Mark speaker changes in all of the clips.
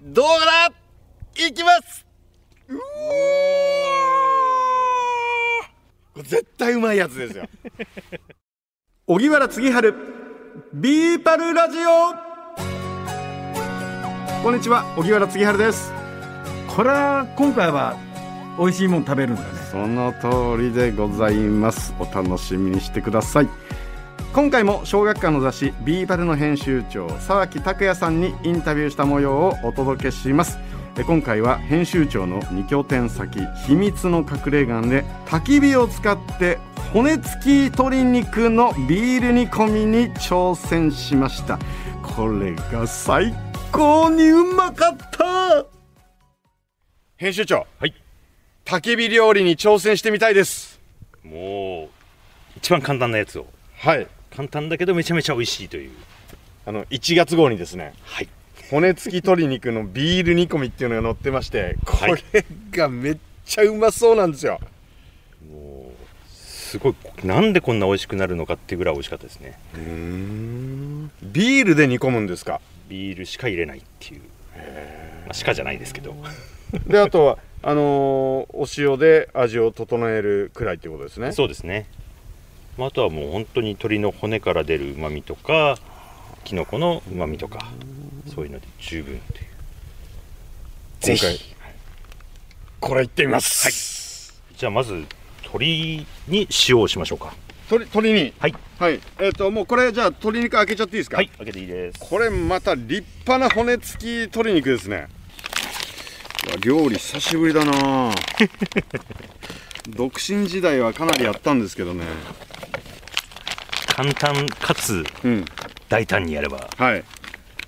Speaker 1: どうだいきますうおー絶対うまいやつですよ小木原次春ビーパルラジオこんにちは小木原次春です
Speaker 2: これは今回は美味しいもん食べるんだね
Speaker 1: その通りでございますお楽しみにしてください今回も小学館の雑誌ビーバルの編集長沢木拓也さんにインタビューした模様をお届けしますえ今回は編集長の2拠点先秘密の隠れ家で焚き火を使って骨付き鶏肉のビール煮込みに挑戦しましたこれが最高にうまかった編集長
Speaker 3: はい
Speaker 1: 焚き火料理に挑戦してみたいです
Speaker 3: もう一番簡単なやつを
Speaker 1: はい
Speaker 3: 簡単だけどめちゃめちゃ美味しいという
Speaker 1: あの1月号にですね
Speaker 3: はい
Speaker 1: 骨付き鶏肉のビール煮込みっていうのが載ってましてこ
Speaker 3: はい
Speaker 1: れがめっちゃうまそうなんですよ、
Speaker 3: もうすごいなんでこんな美味しくなるのかっていうぐらい美味しかったですね
Speaker 1: ビールで煮込むんですか
Speaker 3: ビールしか入れないっていうまあ、しかじゃないですけど
Speaker 1: であ とはあのーお塩で味を整えるくらいってことですね
Speaker 3: そうですね、まあ、あとはもう本当に鶏の骨から出るうまみとかきのこのうまみとかそういうので十分という
Speaker 1: 今回
Speaker 3: ぜひ
Speaker 1: これいってみます、
Speaker 3: じゃあまず鶏に塩をしましょうか
Speaker 1: はい、鶏鶏に
Speaker 3: はい
Speaker 1: はいえっ、ともうこれじゃあ鶏肉開けちゃっていいですか
Speaker 3: はい開けていいです
Speaker 1: これまた立派な骨付き鶏肉ですねいや料理久しぶりだ な独身時代はかなりやったんですけどね
Speaker 3: 簡単かつ
Speaker 1: うん
Speaker 3: 大胆にやれば
Speaker 1: はい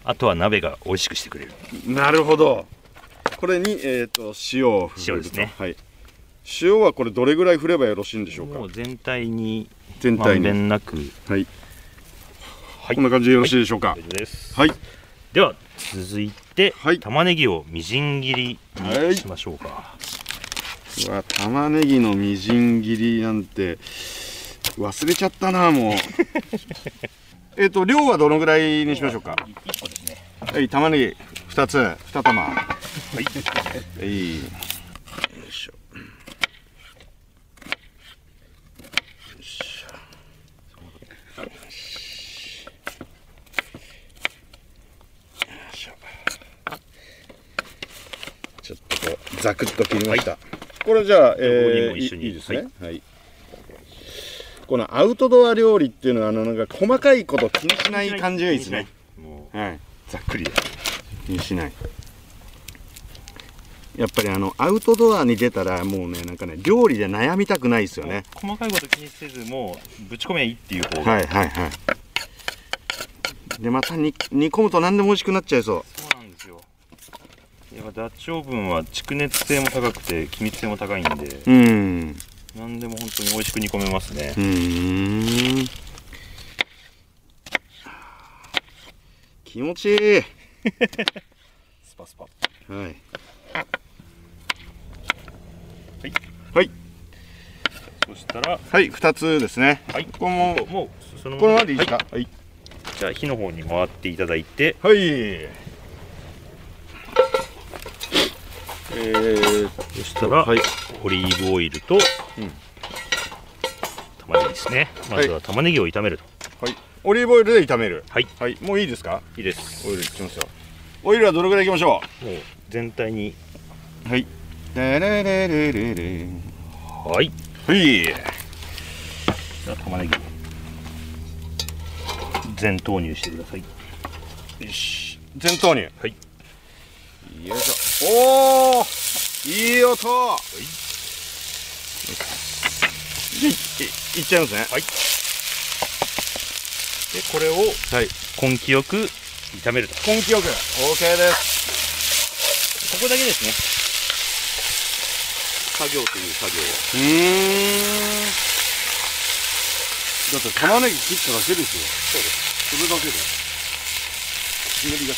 Speaker 3: あとは鍋が美味しくしてくれる
Speaker 1: なるほどこれに、えー、と塩を振る
Speaker 3: 塩ですね
Speaker 1: はい、塩はこれどれぐらい振ればよろしいんでしょうか
Speaker 3: もう全体に
Speaker 1: 全体に
Speaker 3: まんべんなく
Speaker 1: はい、
Speaker 3: はい
Speaker 1: こんな感じでよろしいでしょうか
Speaker 3: 大丈夫です、
Speaker 1: はい、
Speaker 3: では続いて、
Speaker 1: はい
Speaker 3: 玉ねぎをみじん切りにしましょうか、
Speaker 1: うわ玉ねぎのみじん切りなんて忘れちゃったなもう えっと量はどのぐらいにしましょうか
Speaker 3: 1個ですね
Speaker 1: はい、玉ねぎ二つ、二玉。はい。い。よいしょ。よいしょよしよいしょちょっとこう、ざくっと切りました。これじゃあ、え
Speaker 3: ここに
Speaker 1: ー、
Speaker 3: も一緒に
Speaker 1: いいいですね。はい。このアウトドア料理っていうのはあのなんか細かいこと気にしない感じがいいですね。
Speaker 3: も
Speaker 1: はい、ざっくりで気にしないやっぱりあのアウトドアに出たらもうねなんかね料理で悩みたくないです
Speaker 3: う
Speaker 1: よね
Speaker 3: 細かいこと気にせずもうぶち込めばいいっていう方が、
Speaker 1: はいはいはいでまた煮煮込むと何でも美味しくなっちゃいそ
Speaker 3: そうなんですよやっぱダッチオーブンは蓄熱性も高くて気密性も高いんで
Speaker 1: ううん
Speaker 3: 何でも本当に美味しく煮込めますね
Speaker 1: うーん気持ちいい
Speaker 3: スパスパ
Speaker 1: はい
Speaker 3: はい
Speaker 1: はい
Speaker 3: そしたら
Speaker 1: はい2つですね
Speaker 3: はい
Speaker 1: これも
Speaker 3: もうその
Speaker 1: このままでいいですか
Speaker 3: は
Speaker 1: はい
Speaker 3: いじゃあ火の方に回っていただいて
Speaker 1: はい。えー、
Speaker 3: そしたら、
Speaker 1: はい
Speaker 3: オリーブオイルと、玉ねぎですねまずは玉ねぎを炒めると
Speaker 1: はい。オリーブオイルで炒める。
Speaker 3: はい
Speaker 1: はい。もういいですか？
Speaker 3: いいです
Speaker 1: オイルいきますよ。オイルはどれぐらいいきましょ
Speaker 3: もう全体に
Speaker 1: う？はい。レレレレレレ。
Speaker 3: はい
Speaker 1: はい。
Speaker 3: じゃあ玉ねぎ全投入してください
Speaker 1: よし。全投入。
Speaker 3: はい。
Speaker 1: よいしょ。おお。いい音。はい。いいっちゃいますね。
Speaker 3: はいでこれを
Speaker 1: はい。
Speaker 3: 根気よく炒めると
Speaker 1: 根気よく。オーケーです。
Speaker 3: ここだけですね作業という作業は
Speaker 1: うーん。だって玉ねぎ切っただけですよ。そうです。それだけで。ひねりがす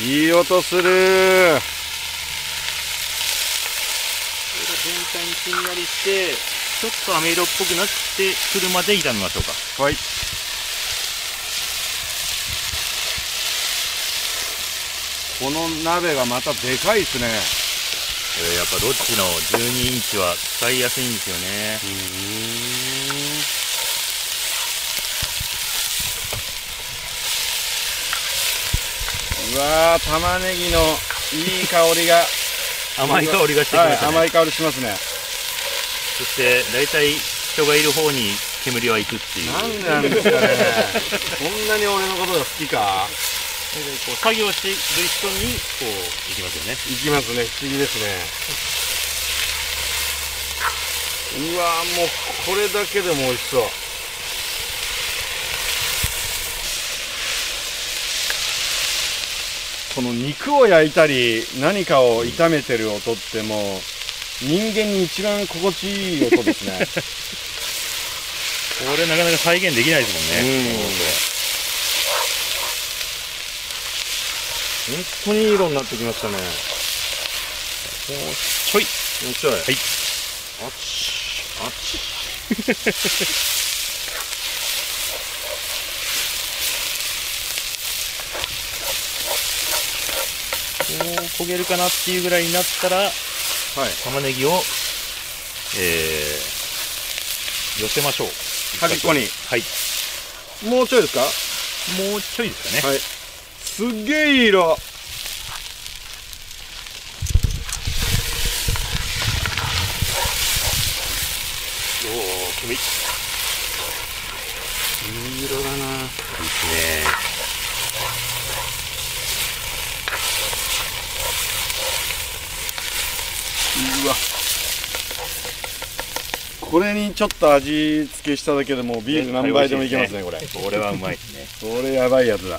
Speaker 1: げえ。いい音する
Speaker 3: 全体にしんなりしてちょっと飴色っぽくなってくるまで炒めましょうか
Speaker 1: はい。この鍋がまたでかいですね
Speaker 3: これやっぱロッチの12インチは使いやすいんですよね
Speaker 1: うわー玉ねぎのいい香りが
Speaker 3: 甘い香りがしてき
Speaker 1: は
Speaker 3: ました
Speaker 1: い、
Speaker 3: ね、
Speaker 1: 甘い香りしますね
Speaker 3: そして大体人がいる方に煙は行くっていう
Speaker 1: なんなんです かねこんなに俺のことが好きか
Speaker 3: こう作業している人にこう行きますよね
Speaker 1: いきますね不思議ですねうわーもうこれだけでも美味しそうこの肉を焼いたり何かを炒めてる音ってもう人間に一番心地いい音 ですね
Speaker 3: これなかなか再現できないですもんね
Speaker 1: 本当にいい色になってきましたね
Speaker 3: ちょい
Speaker 1: 面白い
Speaker 3: はい
Speaker 1: あっちあっち
Speaker 3: もう焦げるかなっていうぐらいになったら
Speaker 1: はい
Speaker 3: 玉ねぎを、えー、寄せましょう
Speaker 1: 端っこに
Speaker 3: はい
Speaker 1: もうちょいですか
Speaker 3: もうちょいですかね、
Speaker 1: はいすっげえいい色
Speaker 3: おお煙いい色だないいですね
Speaker 1: うわこれにちょっと味付けしただけでもうビール何杯でもいけますねこれ
Speaker 3: これはうまいですね
Speaker 1: これやばいやつだ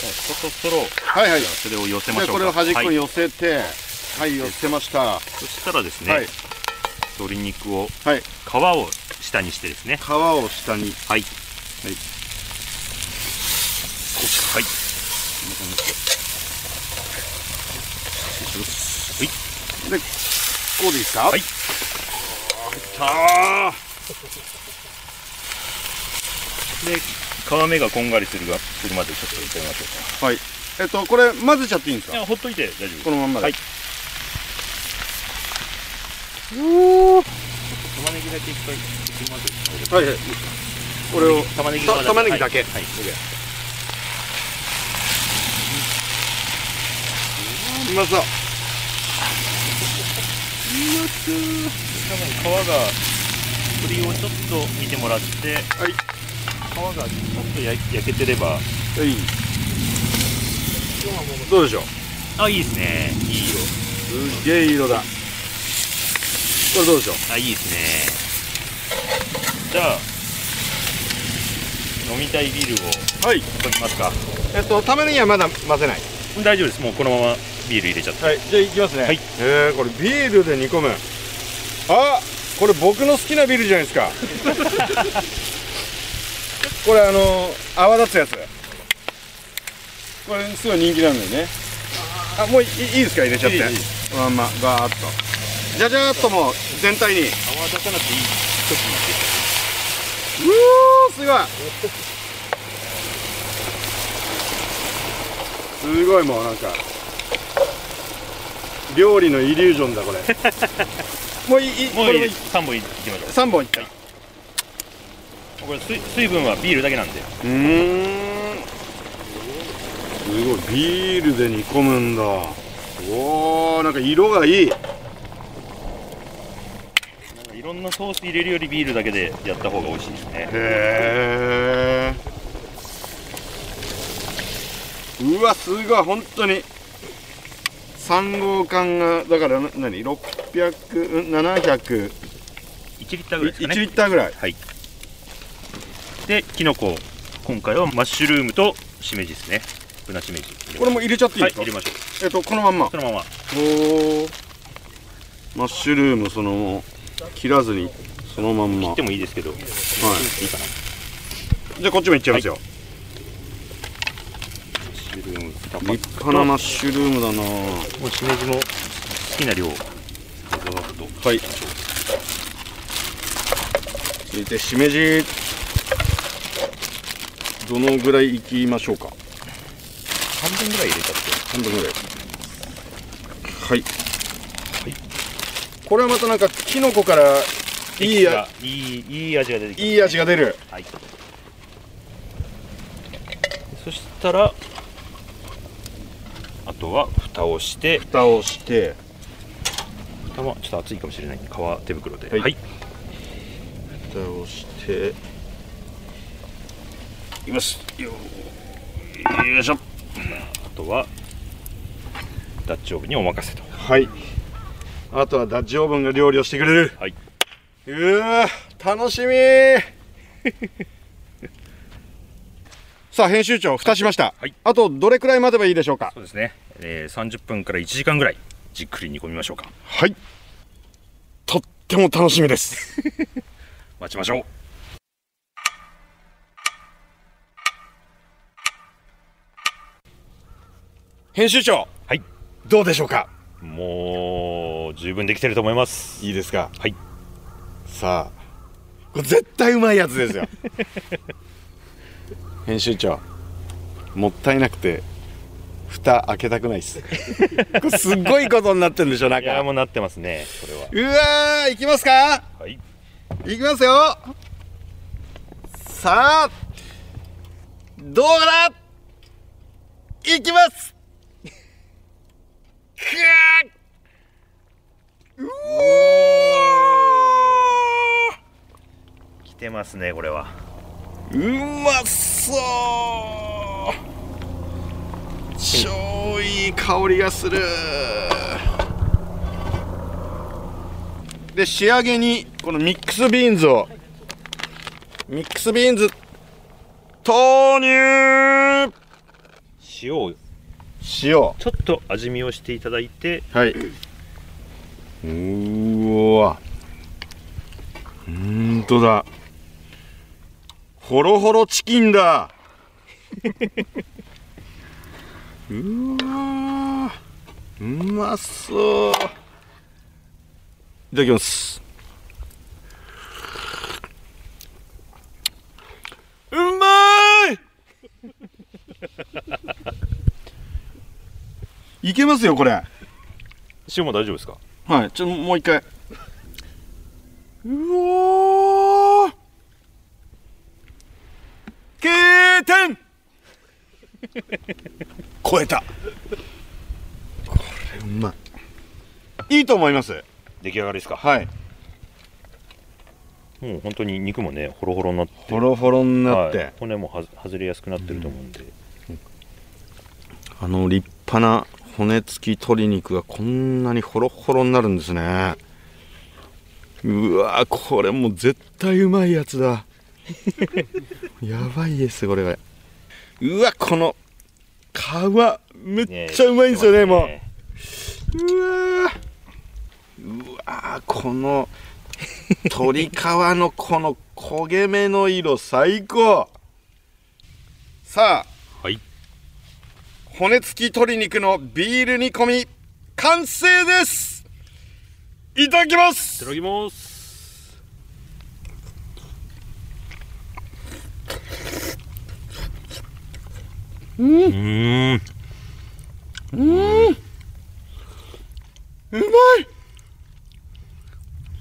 Speaker 3: じゃあそろそろ
Speaker 1: はいはい
Speaker 3: それを寄せまし
Speaker 1: で
Speaker 3: ょうか
Speaker 1: これを端っこに
Speaker 3: はい、
Speaker 1: 寄せてはい、寄せましたは
Speaker 3: そしたらです
Speaker 1: い、
Speaker 3: ね、鶏肉を
Speaker 1: はい
Speaker 3: 皮を下にしてですね
Speaker 1: 皮を下に
Speaker 3: はい
Speaker 1: はい
Speaker 3: はい
Speaker 1: こうでいいですか
Speaker 3: はい
Speaker 1: あ
Speaker 3: で皮目がこんがりするがするまでちょっと炒めましょう
Speaker 1: ーはいえっとこれ混ぜちゃっていいんです
Speaker 3: かい
Speaker 1: か
Speaker 3: やほっといて大丈夫です
Speaker 1: このまんまで、
Speaker 3: はい
Speaker 1: うー
Speaker 3: 玉ねぎだけ一回ひき混ぜて
Speaker 1: はいはいこれを
Speaker 3: 玉ねぎ
Speaker 1: た玉ねぎだけ
Speaker 3: はい、はい
Speaker 1: うまそう
Speaker 3: 多分皮が鶏をちょっと見てもらって
Speaker 1: はい
Speaker 3: 皮がちょっと焼焼けてれば
Speaker 1: はいどうでしょう
Speaker 3: あいいですねいい色
Speaker 1: すっげえ色だこれどうでしょう
Speaker 3: あいいですねじゃあ飲みたいビールを
Speaker 1: はい
Speaker 3: 取りますか
Speaker 1: えっと玉ねぎはまだ混ぜない
Speaker 3: 大丈夫ですもうこのままビール入れちゃって
Speaker 1: はいじゃあいきますね
Speaker 3: はい
Speaker 1: えー、これビールで煮込むあこれ僕の好きなビールじゃないですか これあの泡立つやつこれすごい人気なんだよねあもういいいいですか入れちゃって
Speaker 3: いいいい
Speaker 1: このまんまガーッとじゃじゃーっともう全体にう
Speaker 3: 泡立たなくていい時に
Speaker 1: おーすごいすごいもうなんか料理のイリュージョンだこれ もういいいい
Speaker 3: も
Speaker 1: これ
Speaker 3: ういい
Speaker 1: もい
Speaker 3: で
Speaker 1: い
Speaker 3: す3本いきましょ
Speaker 1: 3本いったう
Speaker 3: うこれ水水分はビールだけなんで
Speaker 1: ーんすごいビールで煮込むんだおーなんか色がいい
Speaker 3: なんかいろんなソース入れるよりビールだけでやった方が美味しいですね
Speaker 1: へえうわすごい本当に3号館がだからな何600700
Speaker 3: 1リッターぐらいです
Speaker 1: 1
Speaker 3: か
Speaker 1: リ
Speaker 3: ね
Speaker 1: ッターぐらい
Speaker 3: はいできのこ今回はマッシュルームとしめじですねブナしめじ
Speaker 1: これも入れちゃっていい
Speaker 3: は
Speaker 1: ですか、
Speaker 3: い入れましょう
Speaker 1: えっとこのまんま
Speaker 3: そのまま
Speaker 1: おーマッシュルームそのもう切らずにそのまんま
Speaker 3: 切ってもいいですけど、いいかな
Speaker 1: じゃあこっちもいっちゃいますよ、
Speaker 3: マッシュルーム2パッ
Speaker 1: 立派なマッシュルームだな
Speaker 3: クもうしめじも好きな量をざーっと
Speaker 1: はい続いてしめじどのぐらいいきましょうか
Speaker 3: 半分ぐらい入れたって
Speaker 1: 半分ぐらいはい、これはまたなんかキノコからいいや
Speaker 3: いいいい味が出てきた
Speaker 1: いい味が出る
Speaker 3: はいそしたらあとは蓋をして
Speaker 1: 蓋をして
Speaker 3: 蓋はちょっと熱いかもしれないんで皮手袋で
Speaker 1: は
Speaker 3: はいい、
Speaker 1: 蓋をしていきますよよいしょ
Speaker 3: あとはダッチオーブンにお任せと
Speaker 1: はいあとはダッジオーブンが料理をしてくれる
Speaker 3: はい、
Speaker 1: うわ楽しみ さあ編集長蓋しました、
Speaker 3: はい
Speaker 1: あとどれくらい待てばいいでしょうか
Speaker 3: そうですね、えー、30分から1時間ぐらいじっくり煮込みましょうか
Speaker 1: はいとっても楽しみです
Speaker 3: 待ちましょう
Speaker 1: 編集長
Speaker 3: はい
Speaker 1: どうでしょうか
Speaker 3: もう十分できてると思います
Speaker 1: いいですか
Speaker 3: はい
Speaker 1: さあこれ絶対うまいやつです よ編集長もったいなくて蓋開けたくないっ すこれすっごいことになってるんでしょ
Speaker 3: いやー
Speaker 1: 中
Speaker 3: もうなってますねこれは
Speaker 1: うわーいきますか
Speaker 3: はい
Speaker 1: いきますよさあどうだいきますくわー
Speaker 3: 来てますねこれは
Speaker 1: うまそう超いい香りがするで仕上げにこのミックスビーンズをミックスビーンズ投入
Speaker 3: 塩を
Speaker 1: 塩は
Speaker 3: ちょっと味見をしていただいて
Speaker 1: いうーわうーんとだホロホロチキンだ うーわうまそういただきますうまいいけますよこれ
Speaker 3: 塩も大丈夫ですか
Speaker 1: はい、ちょっともう一回。うおー !K 点超えた。これうまい。いいと思います。
Speaker 3: 出来上がりですか
Speaker 1: はい。
Speaker 3: もう本当に肉もねホロホロになって
Speaker 1: ほろほろになって、
Speaker 3: はい骨もはず外れやすくなってると思うんで、
Speaker 1: あの立派な骨付き鶏肉がこんなにほろほろになるんですね。うわーこれもう絶対うまいやつだ。 やばいですこれは。うわこの皮め
Speaker 3: ね
Speaker 1: っちゃうまいんですよねもう。
Speaker 3: 来て
Speaker 1: うわーうわーこの鶏皮のこの焦げ目の色最高さあ
Speaker 3: ますねはい
Speaker 1: 骨付き鶏肉のビール煮込み完成ですいただきま
Speaker 3: いた
Speaker 1: す
Speaker 3: だきますうんうん
Speaker 1: うまいう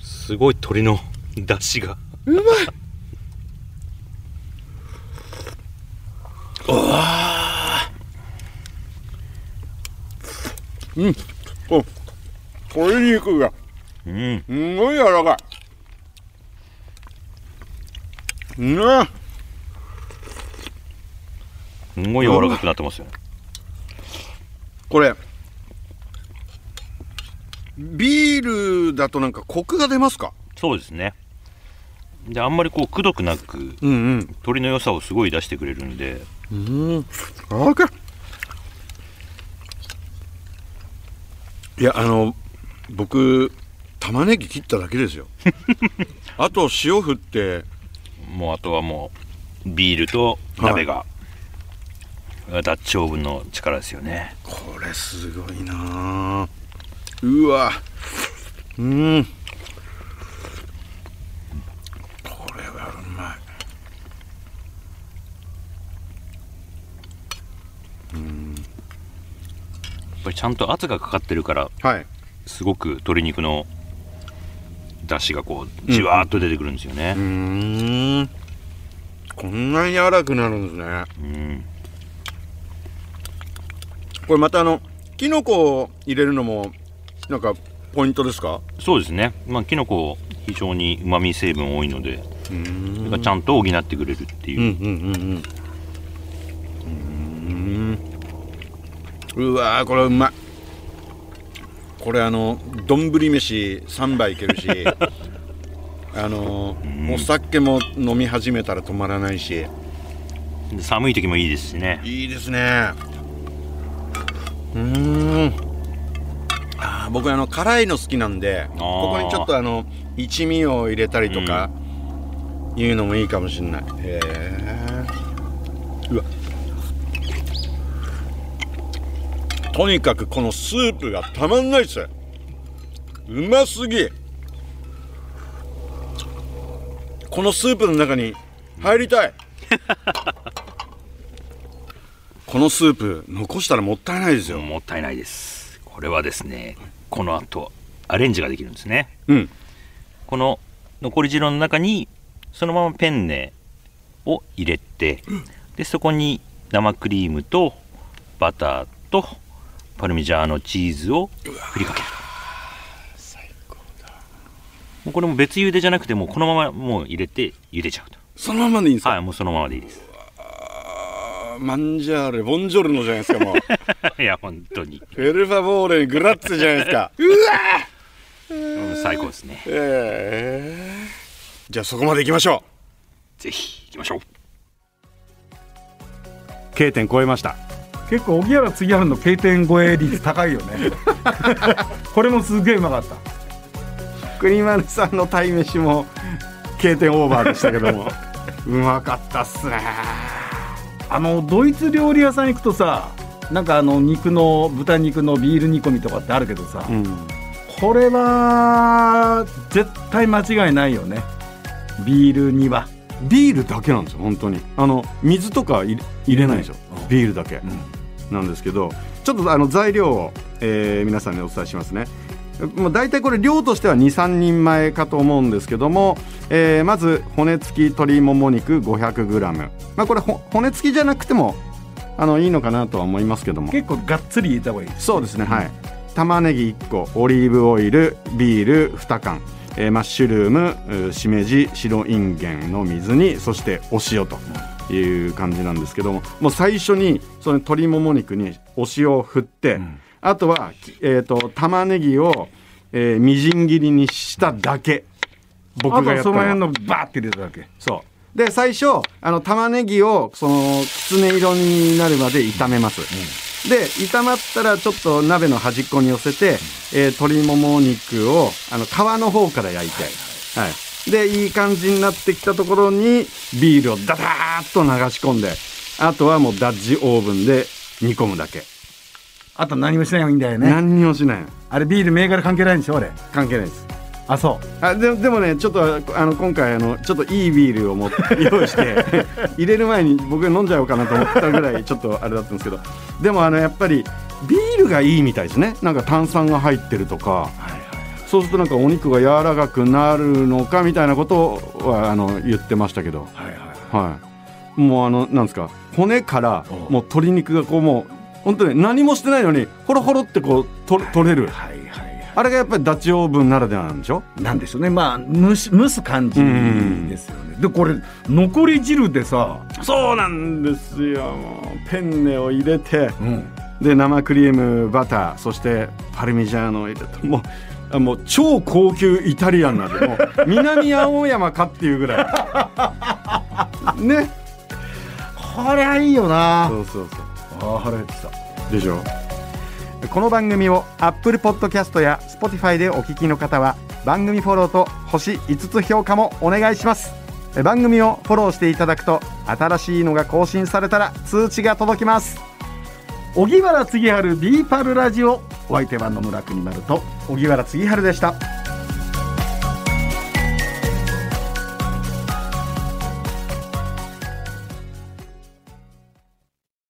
Speaker 3: すごい鶏の出汁が
Speaker 1: まいうわーうんお鶏肉が
Speaker 3: うん
Speaker 1: すごい柔らかいうん
Speaker 3: すごい柔らかくなってますよね
Speaker 1: これビールだとなんかコクが出ますか
Speaker 3: そうですねであんまりこうくどくなく
Speaker 1: うん
Speaker 3: 鶏の良さをすごい出してくれるんで
Speaker 1: うんうんあかいやあの僕玉ねぎ切っただけ ですよあと塩振って
Speaker 3: もうあとはもうビールと鍋が、ダッチオーブンの力ですよね
Speaker 1: これすごいなあうわうんこれ
Speaker 3: ちゃんと圧がかかってるから
Speaker 1: はい
Speaker 3: すごく鶏肉の出汁がこうじわーっと出てくるんですよね
Speaker 1: うー、んこんなに柔らかくなるんですね
Speaker 3: うん
Speaker 1: これまたあのキノコを入れるのもなんかポイントですか
Speaker 3: そうですねまあきのこ非常にうまみ成分多いので、
Speaker 1: うー
Speaker 3: そ
Speaker 1: ん
Speaker 3: れがちゃんと補ってくれるっていうう、
Speaker 1: んうんうんうんうわーこれうまいこれあの丼飯3杯いけるしあのお酒も飲み始めたら止まらないし
Speaker 3: 寒い時もいいですしね
Speaker 1: いいですねうーんあー僕あの辛いの好きなんで
Speaker 3: あー
Speaker 1: ここにちょっとあの一味を入れたりとかいうのもいいかもしれない、へえうわとにかくこのスープがたまんないっすうますぎこのスープの中に入り たいこのスープ残したらもったいないですよ、
Speaker 3: もったいないですこれはですねこの後アレンジができるんですね
Speaker 1: うん
Speaker 3: この残り汁の中にそのままペンネを入れてでそこに生クリームとバターとパルミジャーノチーズを振りかけるもうこれも別茹でじゃなくてもうこのままもう入れて茹でちゃうと
Speaker 1: そのままでいいんですか、
Speaker 3: はいもうそのままでいいです
Speaker 1: あマンジャーレボンジョルノじゃないですかもう
Speaker 3: いや本当に
Speaker 1: フェルファボーレグラッツェじゃないです か
Speaker 3: うん最高ですね
Speaker 1: えーじゃあそこまで行きましょ
Speaker 3: ぜひ行きましょう
Speaker 1: う K 点超えました
Speaker 2: 結構荻原次春の経点超え率高いよ ねこれもすげえうまかった
Speaker 1: 国丸さんの鯛めしも K 点オーバーでしたけど もうまかったっすね
Speaker 2: あのドイツ料理屋さん行くとさなんかあの肉の豚肉のビール煮込みとかってあるけどさ、
Speaker 1: うん
Speaker 2: これは絶対間違いないよねビール煮は
Speaker 1: ビールだけなんですよ本当にあの水とか入れ入れないでしょ、ビールだけ、なんですけどちょっとあの材料を、えー皆さんにお伝えしますね。もう大体これ量としては23人前かと思うんですけども、えーまず骨付き鶏もも肉 500g、まあ、これほ骨付きじゃなくてもあのいいのかなとは思いますけども
Speaker 2: 結構がっつり入れた方がいい
Speaker 1: そうですねはい玉ねぎ1個オリーブオイルビール2缶、えーマッシュルームうーしめじ白いんげんの水にそしてお塩という感じなんですけどももう最初にその鶏もも肉にお塩を振って、あとは、きえー、と玉ねぎを、えーみじん切りにしただけ僕
Speaker 2: あと
Speaker 1: がや
Speaker 2: は
Speaker 1: った
Speaker 2: そ
Speaker 1: の
Speaker 2: の辺
Speaker 1: は
Speaker 2: のバーって入れただけ
Speaker 1: そうで最初あの玉ねぎをそのきつね色になるまで炒めます、で炒まったらちょっと鍋の端っこに寄せて、えー鶏もも肉をあの皮の方から焼いて、はいでいい感じになってきたところにビールをダダーッと流し込んであとはもうダッジオーブンで煮込むだけ、
Speaker 2: あと何もしない方がいいんだよね
Speaker 1: 何にもしない
Speaker 2: あれビール銘柄関係ないんでしょ俺
Speaker 1: 関係ないです
Speaker 2: あそ
Speaker 1: あででもねちょっとあの今回あのちょっといいビールを も用意して入れる前に僕飲んじゃおうかなと思ったぐらいちょっとあれだったんですけどでもあのやっぱりビールがいいみたいですねなんか炭酸が入ってるとか、そうするとなんかお肉が柔らかくなるのかみたいなことはあの言ってましたけど、
Speaker 2: うはいはい
Speaker 1: はい、もうあのなんですか骨から
Speaker 2: お
Speaker 1: もう
Speaker 2: う
Speaker 1: 鶏肉がこうもう本当に何もしてないのにホロホロってこうと取れる
Speaker 2: はいはいは
Speaker 1: あれがやっぱりダチオーブンならではなんでしょ
Speaker 2: いなんでしょうねまあ蒸し蒸す感じですよねでこれ残り汁でさ、
Speaker 1: そうなんですよもうペンネを入れて
Speaker 2: うん、
Speaker 1: で生クリームバターそしてパルミジャーノを入れてもうあもう超高級イタリアンなんでもう南青山かっていうぐら いね
Speaker 2: こりゃいいよな
Speaker 1: そうそうそう
Speaker 2: あ腹減ってきた
Speaker 1: でしょこの番組を Apple Podcast や Spotify でお聞きの方は番組フォローと星5つ評価もお願いしますえ番組をフォローしていただくと新しいのが更新されたら通知が届きます
Speaker 2: 小木原次春ビーパルラジオお相手は野村国丸と
Speaker 1: 小木原次春でした